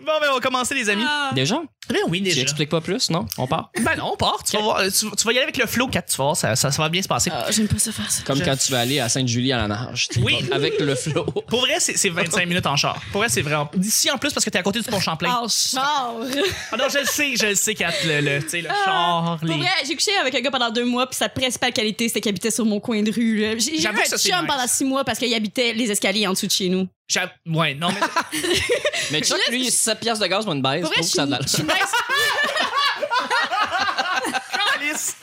Bon, ben, on va commencer, les amis. Ah. Déjà? Ben oui, Tu déjà. expliques pas plus, non? On part. Ben non, on part. Tu vas, voir- tu, tu vas y aller avec le flow, Kat. Tu vas voir, ça, ça- ça va bien se passer. Ah, J'aime pas ça faire ça. Comme Je- quand tu vas aller à Sainte-Julie à la nage. tu Oui. vas Avec le flow. Pour vrai, c'est c'est 25 minutes en char. Pour vrai, c'est vraiment. D'ici en plus, parce que t'es à côté du pont Champlain. En char! Ah non, je le sais, je le sais, Kat. Le, le, tu sais, le char, Ah. Pour les. vrai, j'ai couché avec un gars pendant deux mois, puis sa principale qualité, c'était qu'il habitait sur mon coin de rue. là. J'ai j'ai eu J'avoue un que ça, c'est chum nice. pendant six mois parce qu'il habitait les escaliers en dessous de chez nous. J'a- Ouais, non, mais. Mais Chuck, Là, lui, 7 piastres de gaz pour une baisse. Pour vrai, Pauvre je suis ça a de la- je suis nice. Alice!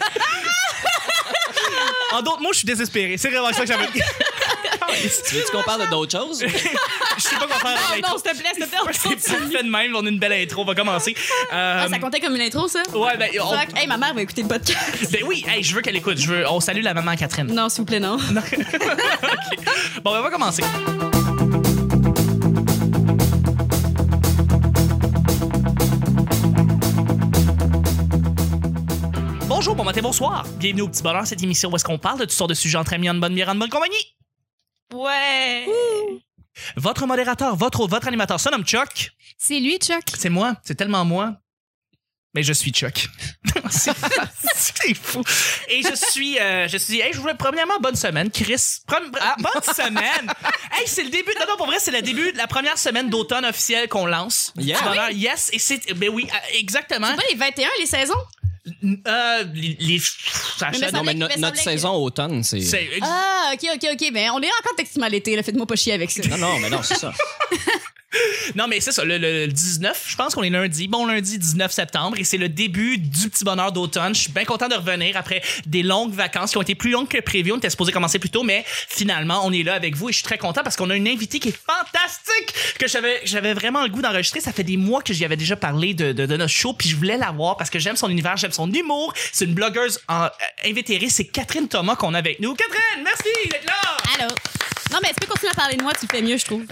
en d'autres mots, je suis désespéré. C'est vraiment ça que j'avais. Tu veux qu'on parle de d'autres choses? Je sais pas quoi faire avec Non, non, l'intro. s'il te plaît, s'il te plaît, on C'est continue. parfait de même, on a une belle intro, on va commencer. Euh, Ah, ça comptait comme une intro, ça? ouais, ben, on- Fuck. Hey, ma mère va écouter le podcast. ben oui, hey, je veux qu'elle écoute. Je veux... On salue la maman Catherine. Non, s'il vous plaît, non. Bon, ben, on va commencer. Bonjour, bon matin, bonsoir. Bienvenue au Petit Bonheur, cette émission où est-ce qu'on parle de toutes sortes de sujets entre amis, en bonne bière, en bonne compagnie. Ouais. Votre modérateur, votre votre animateur, son nomme Chuck. C'est lui, Chuck. C'est moi, c'est tellement moi. Mais je suis Chuck. c'est c'est fou. Et je suis, euh, je suis, hey, je voulais premièrement bonne semaine, Chris. Prom- ah, bonne semaine. Hey, c'est le début. Non, non, pour vrai, c'est le début de la première semaine d'automne officielle qu'on lance. Yeah. Du Ah bonheur. Yes. Et c'est, ben oui, euh, exactement. C'est pas les 21, les saisons? Euh, les, les- ça- Mais me Non, mais semblait- no- me semblait notre que- saison automne, c'est. c'est- Ah, ok, ok, ok. Mais on est encore textement à l'été, là. Faites-moi pas chier avec ça. Non, non, mais non, c'est ça. Non, mais c'est ça, le, le 19, je pense qu'on est lundi. Bon lundi 19 septembre et c'est le début du petit bonheur d'automne. Je suis bien content de revenir après des longues vacances qui ont été plus longues que prévu. On était supposé commencer plus tôt, mais finalement, on est là avec vous et je suis très content parce qu'on a une invitée qui est fantastique que j'avais, j'avais vraiment le goût d'enregistrer. Ça fait des mois que j'y avais déjà parlé de, de, de notre show puis je voulais la voir parce que j'aime son univers, j'aime son humour. C'est une blogueuse en, euh, invétérée. C'est Catherine Thomas qu'on a avec nous. Catherine, merci d'être là! Allô? Non, mais tu peux continuer à parler de moi, tu le fais mieux, je trouve.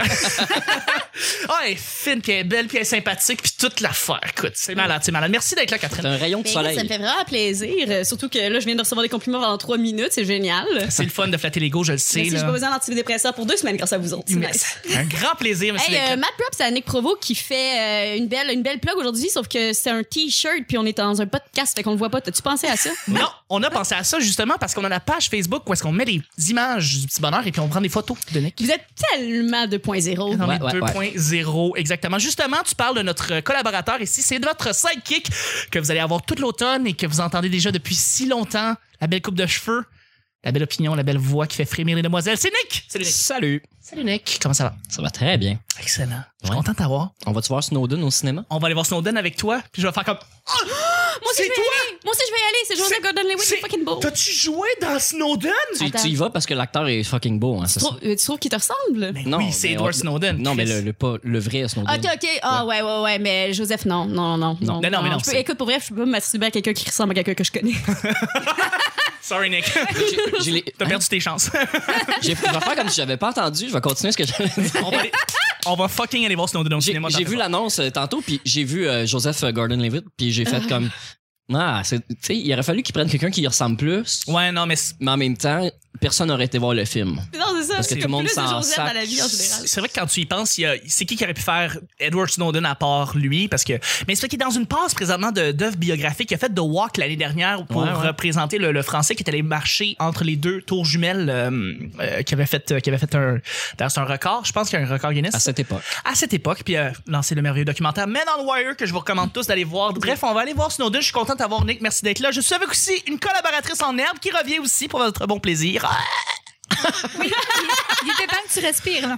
Ah, elle est fine, puis elle est belle, puis elle est sympathique, puis toute l'affaire. Écoute, c'est malade, c'est malade. Merci d'être là, C'est Catherine. un rayon de Mais Ben, écoute, soleil. ça me fait vraiment plaisir. Euh, Surtout que là, je viens de recevoir des compliments pendant trois minutes. C'est génial. C'est le fun de flatter l'ego, je le sais. Merci, j'ai là. pas besoin d'antidépresseur pour deux semaines grâce à vous autres. C'est Mais nice. c'est Un grand plaisir, merci Hey, d'être euh, là. Matt Props à Nick Provo qui fait euh, une belle une belle plug aujourd'hui, sauf que c'est un t-shirt puis on est dans un podcast, fait qu'on le voit pas. T'as-tu pensé à ça? Non, on a pensé à ça justement parce qu'on a la page Facebook où est-ce qu'on met les images du petit bonheur et puis on prend des photos de Nick. Vous êtes tellement 2.0. Dans Ouais, les ouais, 2.0, exactement. Justement, tu parles de notre collaborateur ici. C'est votre sidekick que vous allez avoir toute l'automne et que vous entendez déjà depuis si longtemps. La belle coupe de cheveux, la belle opinion, la belle voix qui fait frémir les demoiselles. C'est Nick! Salut Nick! Salut. Salut Nick! Comment ça va? Ça va très bien. Excellent. Je suis Ouais. content de t'avoir. On va-tu voir Snowden au cinéma? On va aller voir Snowden avec toi, puis je vais faire comme. Moi aussi, C'est je vais y toi? aller. Moi aussi, je vais y aller. C'est Joseph C'est- Gordon-Lewitt, c'est- c'est fucking beau. T'as-tu joué dans Snowden? Tu, Attends. tu y vas parce que l'acteur est fucking beau, hein, c'est ça? Tu trouves- euh, tu trouves qu'il te ressemble? Mais Non, oui, c'est mais Edward on- Snowden. Non, mais Chris. le, le, pas, le vrai Snowden. Ok, ok. Ah, ouais, ouais, ouais. Mais Joseph, non, non, non. Non, Non, non, mais non, Je peux- c'est- écoute, pour vrai, je peux pas m'assumer à quelqu'un qui ressemble à quelqu'un que je connais. Sorry, Nick. J'ai- j'ai les- T'as perdu tes chances. J'ai- Je vais faire comme si j'avais pas entendu. Je vais continuer ce que j'avais dit. on, va aller- on va fucking aller voir Snowden au J'ai cinéma. j'ai vu l'annonce euh, tantôt, puis j'ai vu euh, Joseph Gordon-Levitt, puis j'ai fait comme... Ah, c'est- tu sais, il aurait fallu qu'il prenne quelqu'un qui y ressemble plus, Ouais, non, mais c'est mais en même temps, personne n'aurait été voir le film. non, c'est ça. Parce que Il y a tout le monde plus de s'en Joseph sac. dans la vie en général. c'est vrai que quand tu y penses, il y a- c'est qui qui aurait pu faire Edward Snowden à part lui? Parce que, mais c'est vrai qu'il est dans une passe présentement de- d'œuvres biographiques. Il a fait The Walk l'année dernière pour Ouais, ouais. représenter le, le français qui est allé marcher entre les deux tours jumelles euh, euh, qui avait fait, qui avait fait un, d'ailleurs, c'est un record. Je pense qu'il y a un record Guinness. À cette époque. à cette époque, puis euh, lancer le merveilleux documentaire Men on Wire que je vous recommande tous d'aller voir. Bref, on va aller voir Snowden. Je suis contente d'avoir Nick. Merci d'être là. Je suis avec aussi une collaboratrice en herbe qui revient aussi pour votre bon plaisir. Ah, Il était temps que tu respires, là.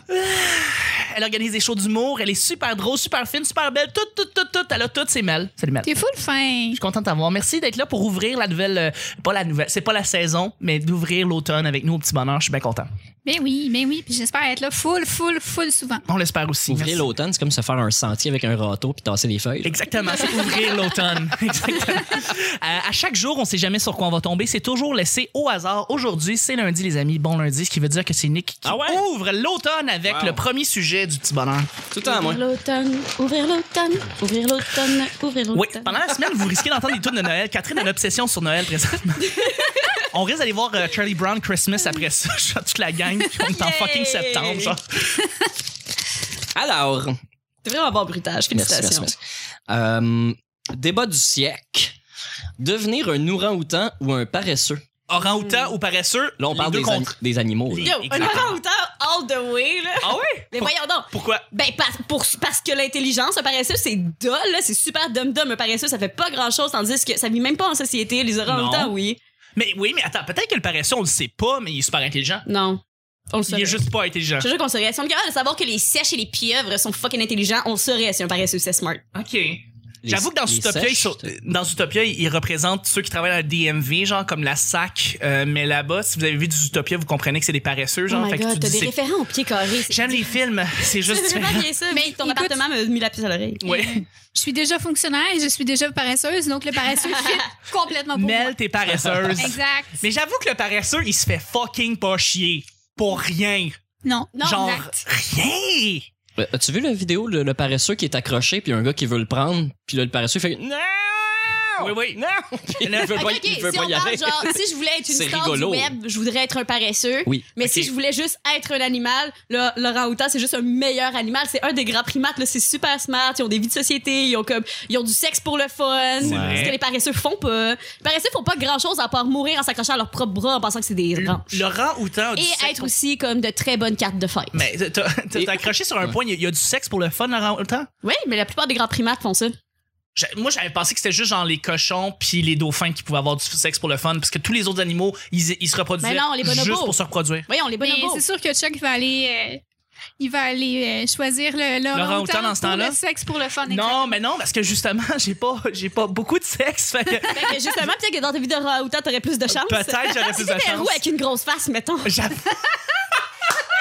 Elle organise des shows d'humour. Elle est super drôle, super fine, super belle. Tout, tout, tout, tout. Elle a toutes ses mails. Salut Mel. Je T'es full fin. suis contente d'avoir. Merci d'être là pour ouvrir la nouvelle. euh, pas la nouvelle. C'est pas la saison, mais d'ouvrir l'automne avec nous au petit bonheur. Je suis bien content. Ben oui, ben oui. Puis j'espère être là full, full, full souvent. On l'espère aussi. Ouvrir Merci. l'automne, c'est comme se faire un sentier avec un râteau puis tasser des feuilles. Exactement, c'est ouvrir l'automne. Exactement. Euh, à chaque jour, on sait jamais sur quoi on va tomber. C'est toujours laissé au hasard. Aujourd'hui, c'est lundi, les amis. Bon lundi, ce qui veut dire que c'est Nick qui Ah ouais? ouvre l'automne avec Wow. le premier sujet du petit bonheur. Tout le temps à moi. Ouvrir l'automne, ouvrir l'automne, ouvrir l'automne, ouvrir l'automne. Oui, pendant la semaine, vous risquez d'entendre des tunes de Noël. Catherine a une obsession sur Noël présentement. On risque d'aller voir euh, Charlie Brown Christmas après ça. Genre, Toute la gang, puis on est en Yay! fucking septembre. genre. Alors, C'est vraiment bon Ah, bruitage. Merci, merci, Félicitations. merci. Euh, débat du siècle. Devenir un orang-outan ou un paresseux? Orang-outan ou paresseux, Là, on les parle deux des, ani- contre. des animaux. là. Yo, un Exactement. orang-outan all the way, là. Ah ouais? Mais voyons donc. Pourquoi? Ben, parce, pour, parce que l'intelligence, un paresseux, c'est dole, là. C'est super dum-dum. Un paresseux, ça fait pas grand-chose, tandis que ça vit même pas en société. Les orang-outans, Non. oui. Mais oui, mais attends, peut-être que le paresseux, on le sait pas, mais il est super intelligent. Non. On le Il saurait. est juste pas intelligent. Je te jure qu'on le saurait. Si on est capable de savoir que les sèches et les pieuvres sont fucking intelligents, on le saurait si un paresseux, c'est smart. OK. Les- J'avoue que dans les Zootopia, sèches, ils sont- t'es- dans Zootopia, ils représentent ceux qui travaillent à la DMV, genre comme la SAC. euh, mais là-bas, si vous avez vu du Zootopia, vous comprenez que c'est des paresseux, genre. fait que tu Oh t'as dis, des c'est- référents au pied carré. c'est- J'aime les films, c'est Je juste. sais pas bien ça, mais Mais ton écoute- appartement m'a mis la puce à l'oreille. ouais. Euh, Je suis déjà fonctionnaire et je suis déjà paresseuse, donc le paresseux fit complètement pour moi. Mel, t'es paresseuse. Exact. mais j'avoue que le paresseux, il se fait fucking pas chier. Pour rien. Non, non, genre, exact. rien. Euh, As-tu vu la vidéo, le, le paresseux qui est accroché, puis un gars qui veut le prendre, puis là, le paresseux fait Non! Oui, oui. Non! Puis il veut Ok, pas, ok, il veut si pas on y parle, aller. genre, si je voulais être une C'est star rigolo. du web, je voudrais être un paresseux. Oui. Mais si Ok. je voulais juste être un animal, là, l'orang-outan, c'est juste un meilleur animal. C'est un des grands primates, là. C'est super smart. Ils ont des vies de société. Ils ont comme, ils ont du sexe pour le fun. vrai. Ce que les paresseux font pas. Les paresseux font pas grand chose à part mourir en s'accrochant à leurs propres bras en pensant que c'est des branches. Laurent Houtan a du Et sexe être pour- aussi comme de très bonnes cartes de fête. Mais t'as- t'as t'as accroché sur un point, il y, a- il y a du sexe pour le fun, Laurent Houtan? Oui, mais la plupart des grands primates font ça. J'a- Moi, j'avais pensé que c'était juste genre les cochons puis les dauphins qui pouvaient avoir du sexe pour le fun, parce que tous les autres animaux, ils, ils se reproduisaient Ben non, les bonobos. juste pour se reproduire. Voyons, les Mais bonobos. c'est sûr que Chuck va aller, euh, il va aller euh, choisir le L'orang-outan l'orang-outan dans ce pour temps-là? le sexe pour le fun. Non, mais non, parce que justement, j'ai pas, j'ai pas beaucoup de sexe. fait que Fait que justement, peut-être que dans ta vie d'orang-outan, t'aurais plus de chance. Peut-être j'aurais plus Si de t'étais roux chance. avec une grosse face, mettons. J'avoue.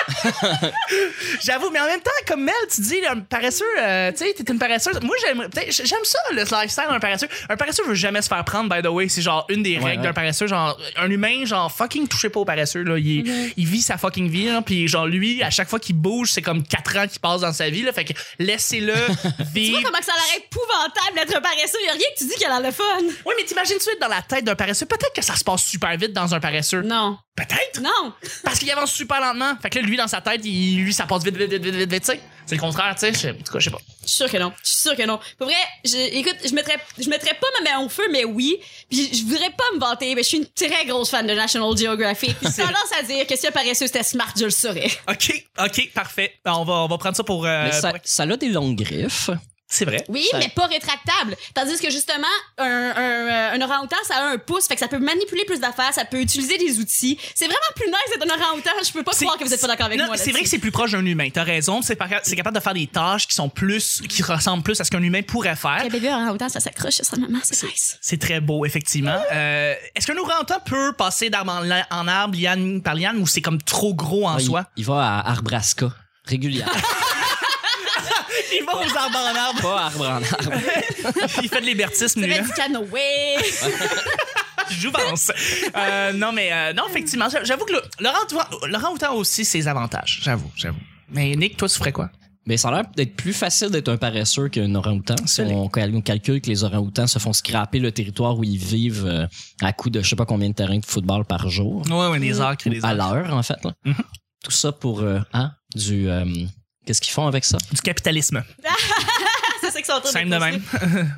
J'avoue, mais en même temps, comme Mel, tu dis, là, un paresseux, euh, tu sais, t'es une paresseuse. Moi, j'aime, peut-être- j'aime ça, le lifestyle d'un paresseux. Un paresseux veut jamais se faire prendre, by the way. C'est genre une des Ouais, règles ouais. d'un paresseux. Genre, un humain, genre, fucking touchez pas au paresseux, là. Il, il vit sa fucking vie, là. Puis, genre, lui, à chaque fois qu'il bouge, c'est comme 4 ans qu'il passe dans sa vie, là. Fait que laissez-le Tu vivre. vois comment que ça a l'air épouvantable d'être paresseux. Y a rien que tu dis qu'elle a le fun. Oui, mais t'imagines-tu être dans la tête d'un paresseux? Peut-être que ça se passe super vite dans un paresseux. Non. Peut-être! Non. Parce qu'il avance super lentement. Fait que là, lui, dans sa tête, il, lui, ça passe vite, vite, vite, vite, vite, vite, tu sais. C'est le contraire, tu sais. Je- En tout cas, je sais pas. Je suis sûre que non. Je suis sûre que non. Pour vrai, je, écoute, je mettrais, je mettrais pas ma main au feu, mais oui. Puis je voudrais pas me vanter, mais je suis une très grosse fan de National Geographic. J'ai tendance à dire que si un paresseux c'était smart, je le saurais. OK, OK, parfait. Ben, On va, on va prendre ça pour. Mais ça, ça a des longues griffes. C'est vrai. Oui, Ça- mais pas rétractable. Tandis que justement, un, un, euh, un orang-outan, ça a un pouce, fait que ça peut manipuler plus d'affaires, ça peut utiliser des outils. C'est vraiment plus nice d'être un orang-outan. Je peux pas C'est- croire que vous êtes pas d'accord avec Non, moi. C'est là-dessus. vrai que c'est plus proche d'un humain. T'as raison. C'est par- c'est capable de faire des tâches qui sont plus. qui ressemblent plus à ce qu'un humain pourrait faire. Le bébé orang-outan, ça s'accroche à sa maman, c'est nice. Ah. C'est très beau, effectivement. Ah. Euh, Est-ce qu'un orang-outan peut passer d'arbre en, la- en arbre, liane par liane, ou c'est comme trop gros en Ouais, il- soi? Il, va à Arbraska, régulièrement. Il va aux arbres en arbre, pas arbre en arbre. il fait de l'hébertisme, Ça lui. va hein. être du canoë. Jouvence. Euh, non, mais euh, non, effectivement, j'a- j'avoue que le- Laurent, Houtan- Laurent Houtan a aussi ses avantages. J'avoue, j'avoue. Mais Nick, toi, tu ferais quoi? Mais ça a l'air d'être plus facile d'être un paresseux qu'un orang-outan. Si on, cal- on calcule que les orang-outans se font scraper le territoire où ils vivent euh, à coup de je sais pas combien de terrains de football par jour. Ouais, ouais, les arcs et les À l'heure, en fait. là. Mhm. Tout ça pour euh, hein, du. euh, Qu'est-ce qu'ils font avec ça? Du capitalisme. Ça, c'est que ça Simple de même.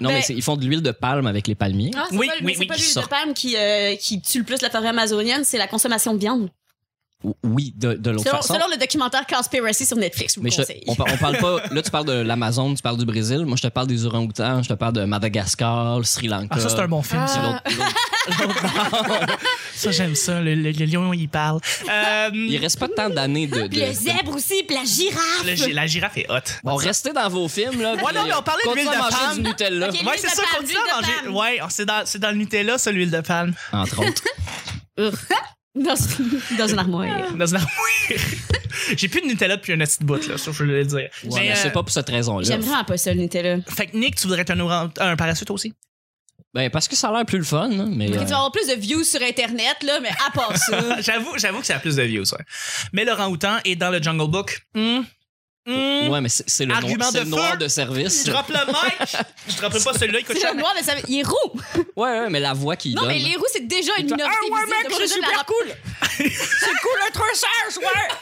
Non, Ben- mais c'est- ils font de l'huile de palme avec les palmiers. Ah, c'est Oui, pas, le- oui, c'est oui, pas qui l'huile de sort. palme qui, euh, qui tue le plus la forêt amazonienne, c'est la consommation de viande. Ou- Oui, de, de l'autre Selon, façon. selon le documentaire Conspiracy sur Netflix, je vous Mais le je te- conseille. on, par- on parle pas. Là, tu parles de l'Amazon, tu parles du Brésil. Moi, je te parle des orang-outans, je te parle de Madagascar, le Sri Lanka. Ah, ça, c'est un bon film. Ah. Puis ça. l'autre- l'autre- Ça, j'aime ça. Le, le- le lion, il parle. Euh, Il reste pas tant d'années de. Puis de- le de- zèbre aussi, puis la girafe. le gi- la girafe est haute. Bon, restez dans vos films, là. Ouais, non, mais on parlait de continuez l'huile à de manger palme. du Nutella, Ok. Ouais, l'huile c'est de ça, palme, continue l'huile à de manger. palme. Ouais, c'est dans, c'est dans le Nutella, ça, l'huile de palme. entre autres. Dans, dans une armoire. Dans une armoire. J'ai plus de Nutella depuis un petit bout, là, ça, je voulais le dire. Ouais, mais c'est euh, pas pour cette raison-là. J'aime vraiment pas ça, le Nutella. Fait que Nick, tu voudrais être un, orang- un parachute aussi? Ben, parce que ça a l'air plus le fun, hein, mais. Ok, euh, Tu vas avoir plus de views sur Internet, là, mais à part ça. j'avoue, j'avoue que ça a plus de views, ouais. Mais Laurent Houtan est dans le Jungle Book. Hum, hum. Ouais, mais c'est c'est le, Argument noir, c'est de le noir feu. de service. Je Ouais, droppe le mic! Je dropperai pas celui-là, écoute C'est le noir, mais ça- il est roux. ouais, mais la voix qu'il Non, donne. mais les roux, c'est déjà une Ah, minorité ouais, visible. mec, Moi, c'est je veux dire, super la-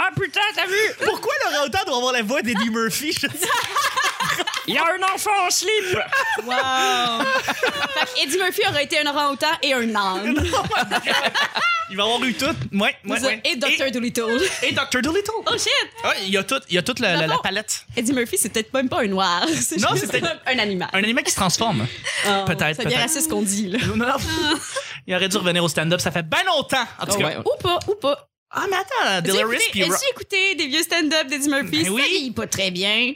Ah putain, t'as vu? Pourquoi Laurent content de revoir la voix d'Eddie Murphy. Je- Il y a un enfant en slip! Wow! fait que Eddie Murphy aurait été un orang-outan et un âne. Il va avoir eu tout. Ouais, ouais, ouais. Et Dr. Dolittle. Et, et Dr. Dolittle. Oh shit! Ah, il y a tout, il y a toute la, la- la Bravo. palette. Eddie Murphy, c'est peut-être même pas un noir. C'est Non, juste c'est peut-être- un animal. Un animal qui se transforme. Oh, peut-être, C'est bien peut-être. raciste ce qu'on dit, là. Non, non. il aurait dû revenir au stand-up, ça fait bien longtemps. En tout Ah cas. ouais. Ou pas, ou pas. Ah, mais attends, As-tu Delirious écouté- puis Ro- As-tu écouté des vieux stand-up d'Eddie Murphy? Ben oui. Ça vieillit pas très bien.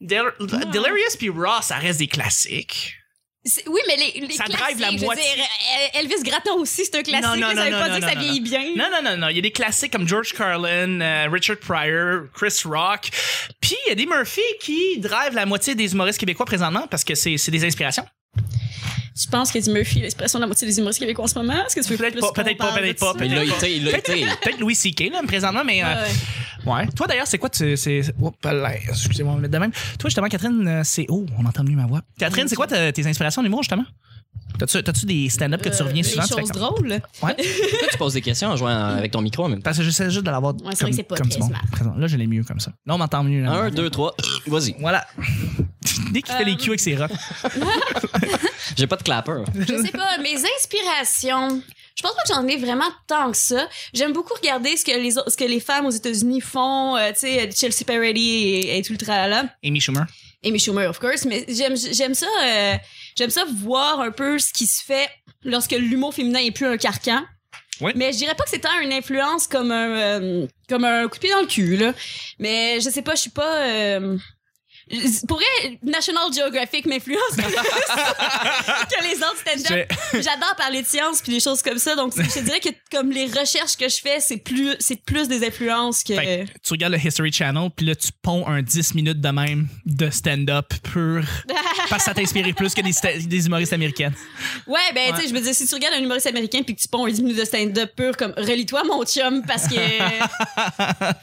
Del- Delirious puis Raw, ça reste des classiques. C'est- Oui, mais les, les Ça classiques, drive la je veux moitié. dire, El- Elvis Gratton aussi, c'est un classique. Non, non, là, ça veut pas non, non, dire non, que ça non, vieillit bien. Non, non, non, non. Il y a des classiques comme George Carlin, euh, Richard Pryor, Chris Rock. Puis il y a des Murphy qui drivent la moitié des humoristes québécois présentement parce que c'est c'est des inspirations. Je pense qu'Eddie Murphy est l'expression de la moitié des humoristes québécois en ce moment. Est-ce que tu veux Peut-être plus pas, qu'on peut-être pas, parle peut-être de pas. ça? Mais il l'a été, il l'a été. Peut-être Louis C.K. là, présentement, mais. euh, Ouais. ouais. Toi d'ailleurs, c'est quoi tu, c'est, Oups, là, excusez-moi, on va me mettre de même. Toi justement, Catherine, euh, c'est. Oh, on entend mieux ma voix. Catherine, c'est quoi ta- tes inspirations d'humour justement? T'as-tu, t'as-tu des stand-up que tu Euh, reviens souvent? Les tu fais choses comme- drôles. Ouais. Pourquoi tu poses des questions en jouant avec ton micro en même temps? Parce que j'essaie juste de l'avoir Ouais, c'est comme, vrai que c'est pas comme très bon. smart. Présent. Là, je l'ai mieux comme ça. Là, on m'entend mieux. là. Un, deux, trois, vas-y. Voilà. Dès qu'il fait Euh. les cues avec ses rats. J'ai pas de clapper. Je sais pas, mes inspirations. Je pense pas que j'en ai vraiment tant que ça. J'aime beaucoup regarder ce que les, autres- ce que les femmes aux États-Unis font, euh, tu sais, Chelsea Peretti et, et tout le tralala. Amy Schumer. Amy Schumer, of course, mais j'aime, j'aime ça, euh, j'aime ça voir un peu ce qui se fait lorsque l'humour féminin est plus un carcan. Ouais. Mais je dirais pas que c'est tant une influence comme un, euh, comme un coup de pied dans le cul, là. Mais je sais pas, je suis pas, euh, pour vrai, National Geographic m'influence plus que les autres stand-up J'adore parler de science puis des choses comme ça. Donc, je te dirais que comme les recherches que je fais, c'est plus, c'est plus des influences que. Fait que tu regardes le History Channel, puis là, tu ponds un 10 minutes de même de stand-up pur. parce que ça t'a inspiré plus que des, sta- des humoristes américaines. Ouais, ben, Ouais. tu sais, je veux dire, si tu regardes un humoriste américain puis que tu ponds un 10 minutes de stand-up pur, comme, relis-toi, mon chum, parce que.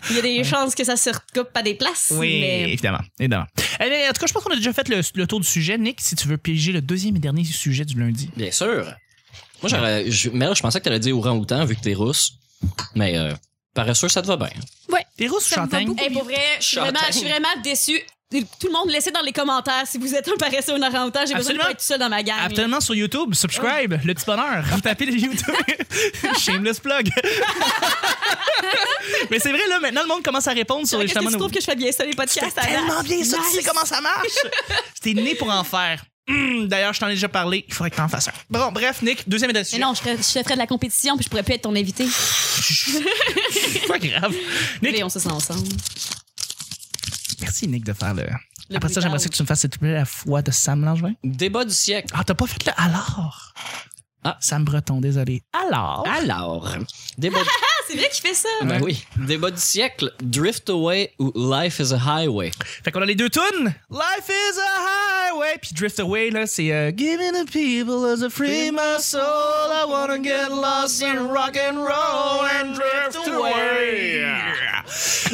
Il y a des chances que ça se recoupe pas des places. Oui, mais- évidemment. évidemment. Eh bien, en tout cas, je pense qu'on a déjà fait le, le tour du sujet. Nick, si tu veux piéger le deuxième et dernier sujet du lundi. Bien sûr. Moi, j'aurais. Je, mais là, je pensais que t'allais dire orang-outan vu que t'es russe. Mais euh, paresseux, ça te va bien. T'es rousse ou Ça me va châtaigne? beaucoup. Hey, pour vrai, je suis vraiment, je suis vraiment déçue. Tout le monde, laissez dans les commentaires si vous êtes un paresseux ou un orang-outan. J'ai besoin de Absolument. pas être tout seul dans ma gang. Absolument sur YouTube, subscribe, le petit bonheur. Vous tapez le YouTube. Shameless plug. Mais c'est vrai, là, maintenant, le monde commence à répondre sur Fait les que justement tu nos- trouves que je fais bien ça, les podcasts? C'était à date? tellement bien ça, tu sais Nice. comment ça marche. C'était né pour en faire. Hum, D'ailleurs, je t'en ai déjà parlé, il faudrait que t'en fasses un. Bon, bref, Nick, deuxième et dernier Mais sujet. non, je ferais, je ferais de la compétition puis je pourrais plus être ton invité. C'est pas grave. Nick, Mais on se sent ensemble. merci Nick de faire le. Le Après ça, bruitage. j'aimerais ça que tu me fasses, s'il te plaît, la foi de Sam Langevin. Débat du siècle. Ah, t'as pas fait le alors. Ah. Sam Breton, désolé. Alors. Alors, débat du... Ah, c'est vrai qu'il fait ça. Ben oui. Débat du siècle, Drift Away ou Life is a Highway. Fait qu'on a les deux tunes. Life is a highway. Puis Drift Away, là, c'est euh, Giving the people as a free my soul. I wanna get lost in rock and roll and drift away.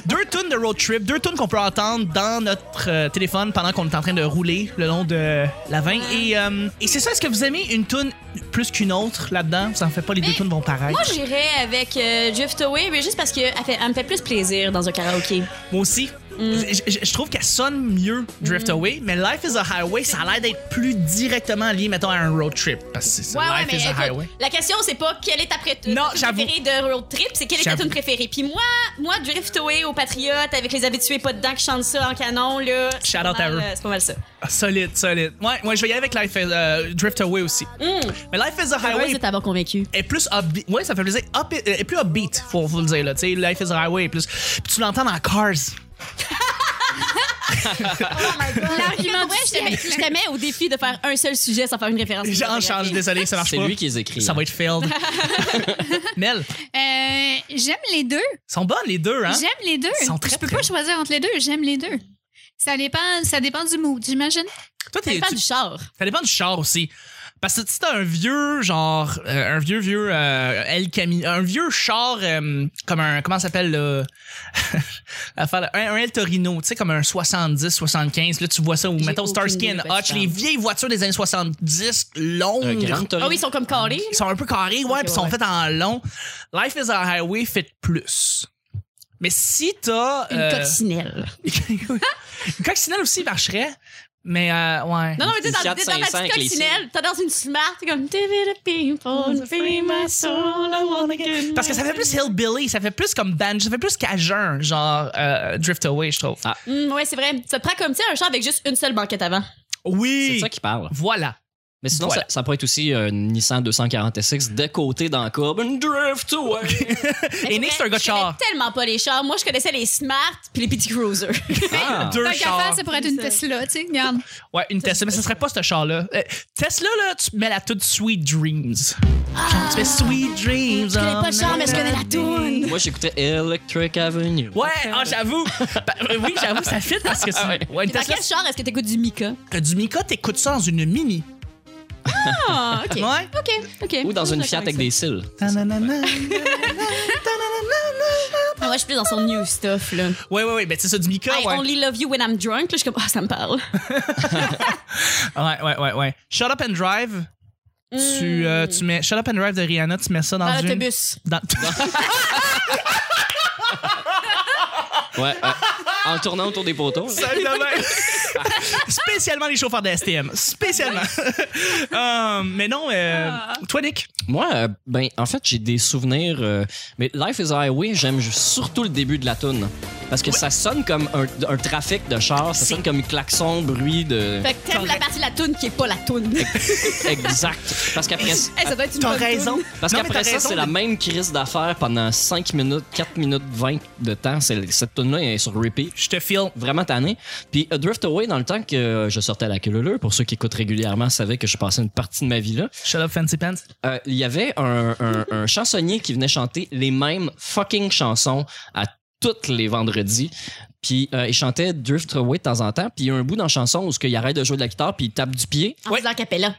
Deux tunes de road trip, deux tunes qu'on peut entendre dans notre euh, téléphone pendant qu'on est en train de rouler le long de la 20. Et, euh, et c'est ça, est-ce que vous aimez une tune plus qu'une autre là-dedans? Ça en fait pas, les deux tunes vont pareil. Moi, j'irais avec euh, Drift Away, mais juste parce qu'elle elle me fait plus plaisir dans un karaoké. Moi aussi. Mm. Je, je- je trouve qu'elle sonne mieux Drift Away, mais Life is a Highway, ça a l'air d'être plus directement lié, mettons, à un road trip. Parce que c'est ça, Life is a écoute, Highway. la question, c'est pas quelle est ta pré- ta Non, tune j'avoue. préférée de road trip, c'est quelle est ta J'avoue. tune préférée. Puis moi, moi, Drift Away aux Patriotes, avec les habitués pas dedans qui chantent ça en canon, là. c'est Shout pas out à mal, eux. euh, C'est pas mal ça. Ah, solide, solide. Ouais, ouais, je vais y aller avec Life is, euh, Drift Away aussi. Mais Life is a Ouais, Highway Mm. c'est t'avoir convaincu. est plus upbeat. Ouais, ça fait plaisir. Up, euh, est plus upbeat, faut, faut le dire. Là. Tu sais, Life is a Highway est plus. Puis tu l'entends dans Cars. Ah, L'argument du je te mets- je te mets au défi de faire un seul sujet sans faire une référence. J'en Ah, change, désolé, ça marche C'est pas. lui qui les écrit. Ça va être failed. Mel, Euh, j'aime les deux. sont bonnes les deux, hein? J'aime les deux. Ils sont très, je peux très pas choisir entre les deux. J'aime les deux. Ça dépend, ça dépend du mood, j'imagine. Toi, Ça t'es- dépend tu- du char. Ça dépend du char aussi. Parce que si t'as un vieux, genre, euh, un vieux, vieux euh, El Camino, un vieux char, euh, comme un, comment ça s'appelle, là? L'affaire, un, un El Torino, tu sais, comme un 70, 75, là, tu vois ça, ou mettons aucune Starsky idée de and quoi Hutch, tu parles. les vieilles voitures des années 70, longues. Un grand Ah torrent. oui, ils sont comme carrés. Ils sont un peu carrés, ouais, puis ils sont ouais. faits en long. Life is a Highway fait plus. Mais si t'as. Une euh, coccinelle. une coccinelle aussi marcherait. Mais, euh, ouais. Non, non, mais tu sais, dans, Une t'es dans la 4-5-5 avec petite les coccinelle, t'es dans une smart, t'es comme. Parce Parce que ça fait plus hillbilly, ça fait plus comme banjo, ça fait plus cajun, genre euh, Drift Away, je trouve. Hum, ouais, c'est vrai. Ça te prend comme, tu sais, un chant avec juste une seule banquette avant. Oui! C'est ça qui parle. Voilà. Mais sinon, Voilà. ça, ça pourrait être aussi un Nissan 246 de côté dans le courbe. Une drift away. Et Nick, c'est un gars de Je connais char. tellement pas les chars. Moi, je connaissais les smart puis les petits cruisers. Ah. Deux Tant qu'à chars. faire, ça pourrait être une Tesla, tu sais. Regarde. Ouais, une Tesla, mais ce serait pas ce char-là. Euh, Tesla, là, tu mets la toute Sweet Dreams. Genre, tu fais Sweet Dreams. Je connais pas le char, mais Ah. je connais la toune. Moi, j'écoutais Electric Avenue. Ouais, ah, j'avoue. Bah, euh, oui, j'avoue, ça fit parce que c'est. Ah ouais. Ouais, une Dans Tesla, quel char est-ce que t'écoutes du Mika? c'est- du Mika, t'écoutes ça dans une mini. Ah, ok. Ouais. Ok, ok. Ou dans une Fiat avec des cils. Ta-na-na-na. Ah, moi, je suis plus dans son new stuff, là. Ouais, ouais, ouais, ben c'est ça, du Mika, I ouais. only love you when I'm drunk. Là, je suis comme, ah, ça me parle. Ouais, ouais, ouais, ouais. Shut Up and Drive. Tu, euh, tu mets Shut Up and Drive de Rihanna, tu mets ça dans, Hmm. Dans une- l'autobus. Dans... Ouais. euh, en tournant autour des poteaux. là. Salut de même. Spécialement les chauffeurs de STM. Spécialement. Euh, mais non, euh, Ah. toi, Nick. Moi, euh, ben, en fait, j'ai des souvenirs. euh, mais Life is a Highway, j'aime ju- surtout le début de la tune Parce que ça sonne comme un, un trafic de char, ça sonne comme un klaxon, bruit de. Fait que t'aimes la partie de la toune qui est pas la toune. hey, Exact. Parce qu'après. ça doit être une T'as bonne raison. toune. Parce Non, mais qu'après t'as ça, raison, c'est la même crise d'affaires pendant 5 minutes, 4 minutes 20 de temps. C'est- Cette tune-là est sur repeat. Je te file. Vraiment tanné. Puis A Drift Away, dans le temps que euh, je sortais à la queue pour ceux qui écoutent régulièrement savaient que je passais une partie de ma vie là, Shut up, fancy pants. Ah, euh, il y avait un, un- un chansonnier qui venait chanter les mêmes fucking chansons à tous les vendredis. Puis euh, il chantait Drift Away de temps en temps. Puis il y a un bout dans la chanson où ce qu'il arrête de jouer de la guitare puis il tape du pied. En Ouais. faisant capella.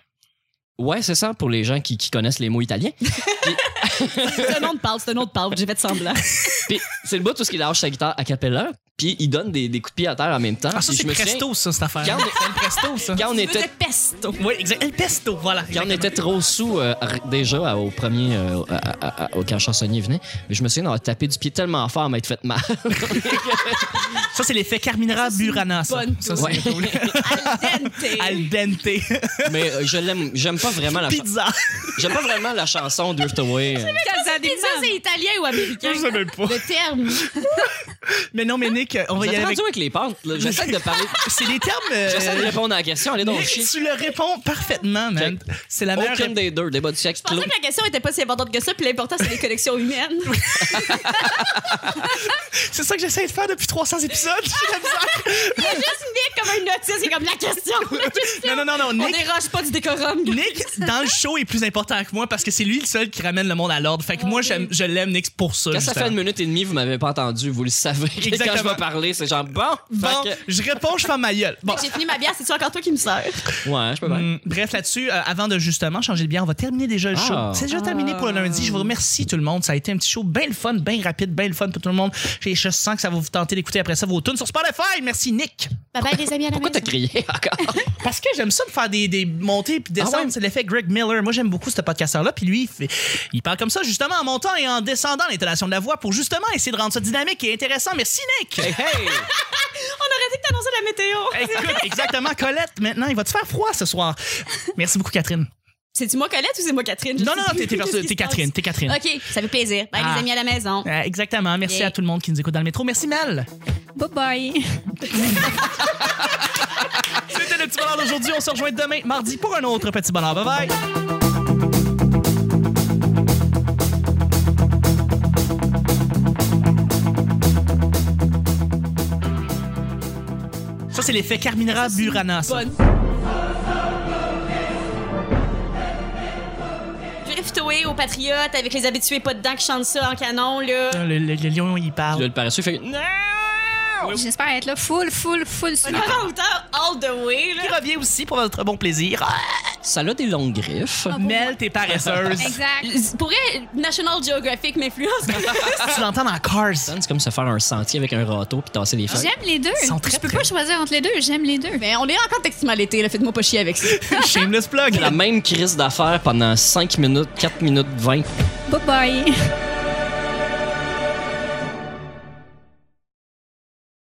Ouais, c'est ça pour les gens qui, qui connaissent les mots italiens. C'est un nom de parle, c'est un nom de parle. J'ai fait semblant. Puis c'est le bout où ce qu'il lâche sa guitare a cappella. Puis il donne des, des coups de pied à terre en même temps. Ah, ça, Puis c'est je me souviens, presto, ça, cette affaire. Quand- C'est le presto, ça. quand on Tu veux était dire pesto. Oui, exact. El pesto, voilà. Quand on Exactement. était trop sous euh, r- déjà euh, au premier, euh, à- à- à- au- quand le chansonnier venait, mais je me souviens d'avoir tapé du pied tellement fort à m'être fait mal. Ça, c'est l'effet Carminera Burana, ça. bonne Ça, Ouais. c'est cool. Al dente. Al dente. mais euh, je l'aime, j'aime pas vraiment la, chan- Pizza. j'aime pas vraiment la chanson Drift Away. euh. Pizza, c'est italien ou américain? Je sais même pas. Le terme. Mais non, mais Nick, on Vous va y êtes aller avec... rendu avec les pentes. là. J'essaie de parler, C'est des termes... euh, j'essaie de répondre à la question. Allez donc Nick, chier. tu le réponds parfaitement, man. C'est la meilleure... Aucune des deux, débat du siècle. Je pensais clos. que la question était pas si importante que ça, puis l'important, c'est les connexions humaines. C'est ça que j'essaie de faire depuis 300 épisodes. J'ai la misère. Il y a juste Nick comme un autiste, c'est comme la question. La question. Non, non, non, non. On Nick, déroge pas du décorum. Nick, dans le show, est plus important que moi parce que c'est lui le seul qui ramène le monde à l'ordre. Fait que moi, j'aime- je l'aime, Nick, pour ça. Quand ça fait justement. une minute et demie, vous m'avez pas entendu, vous le savez. que Quand je Exactement. vais parler, c'est genre bon, Bon, fait je réponds, je fais ma gueule. Bon. J'ai fini ma bière, c'est-tu encore toi qui me sers? que- ouais, je peux pas. Hum, bref, là-dessus, euh, avant de justement changer de bière, on va terminer déjà le show. Ah. C'est déjà terminé pour le lundi. Je vous remercie tout le monde. Ça a été un petit show bien le fun, bien rapide, bien le fun pour tout le monde. Et je sens que ça va vous tenter d'écouter après ça vos tunes sur Spotify. Merci, Nick. Bye bye, les amis à la Pourquoi t'as crié encore? Parce que j'aime ça me faire des, des montées puis descendre. Ah ouais? C'est l'effet Greg Miller. Moi, j'aime beaucoup ce podcasteur-là. Puis lui, il, fait- il parle comme ça, justement, en montant et en descendant l'intonation de la voix pour justement essayer de rendre ça dynamique et intéressant. Merci, Nick. hey, hey! On aurait dit que t'annonçais la météo. Écoute, exactement, Colette, maintenant, il va te faire froid ce soir. Merci beaucoup, Catherine. C'est-tu moi Colette ou c'est moi Catherine? Je Non, sais non, non, plus. t'es, t'es perso- Qu'est-ce qui t'es se passe? Catherine, t'es Catherine. OK, ça fait plaisir. Bye, Ah. les amis à la maison. Euh, exactement. Merci Yay. à tout le monde qui nous écoute dans le métro. Merci, Mel. Bye bye. C'était le petit bonheur d'aujourd'hui. On se rejoint demain, mardi, pour un autre petit bonheur. Bye bye. Ça, c'est l'effet Carminera Burana. ça. Drift away aux Patriotes avec les habitués pas dedans qui chantent ça en canon, là. Le, le- le lion, il Puis parle. là, le paresseux fait. J'espère être là full, full, full. sur- En hauteur, all the way, Qui là. revient aussi pour votre bon plaisir. Ah, Ça a des longues griffes. Mel, t'es paresseuse. Exact. Pour vrai, National Geographic m'influence. tu l'entends dans Cars. C'est comme se faire un sentier avec un râteau puis tasser des feuilles. J'aime les deux. Ils sont très, Je peux très- pas choisir entre les deux. J'aime les deux. Mais on est encore techniquement à l'été, là. Faites-moi pas chier avec ça. Shameless plug. La même crise d'affaires pendant 5 minutes, 4 minutes 20. Bye bye.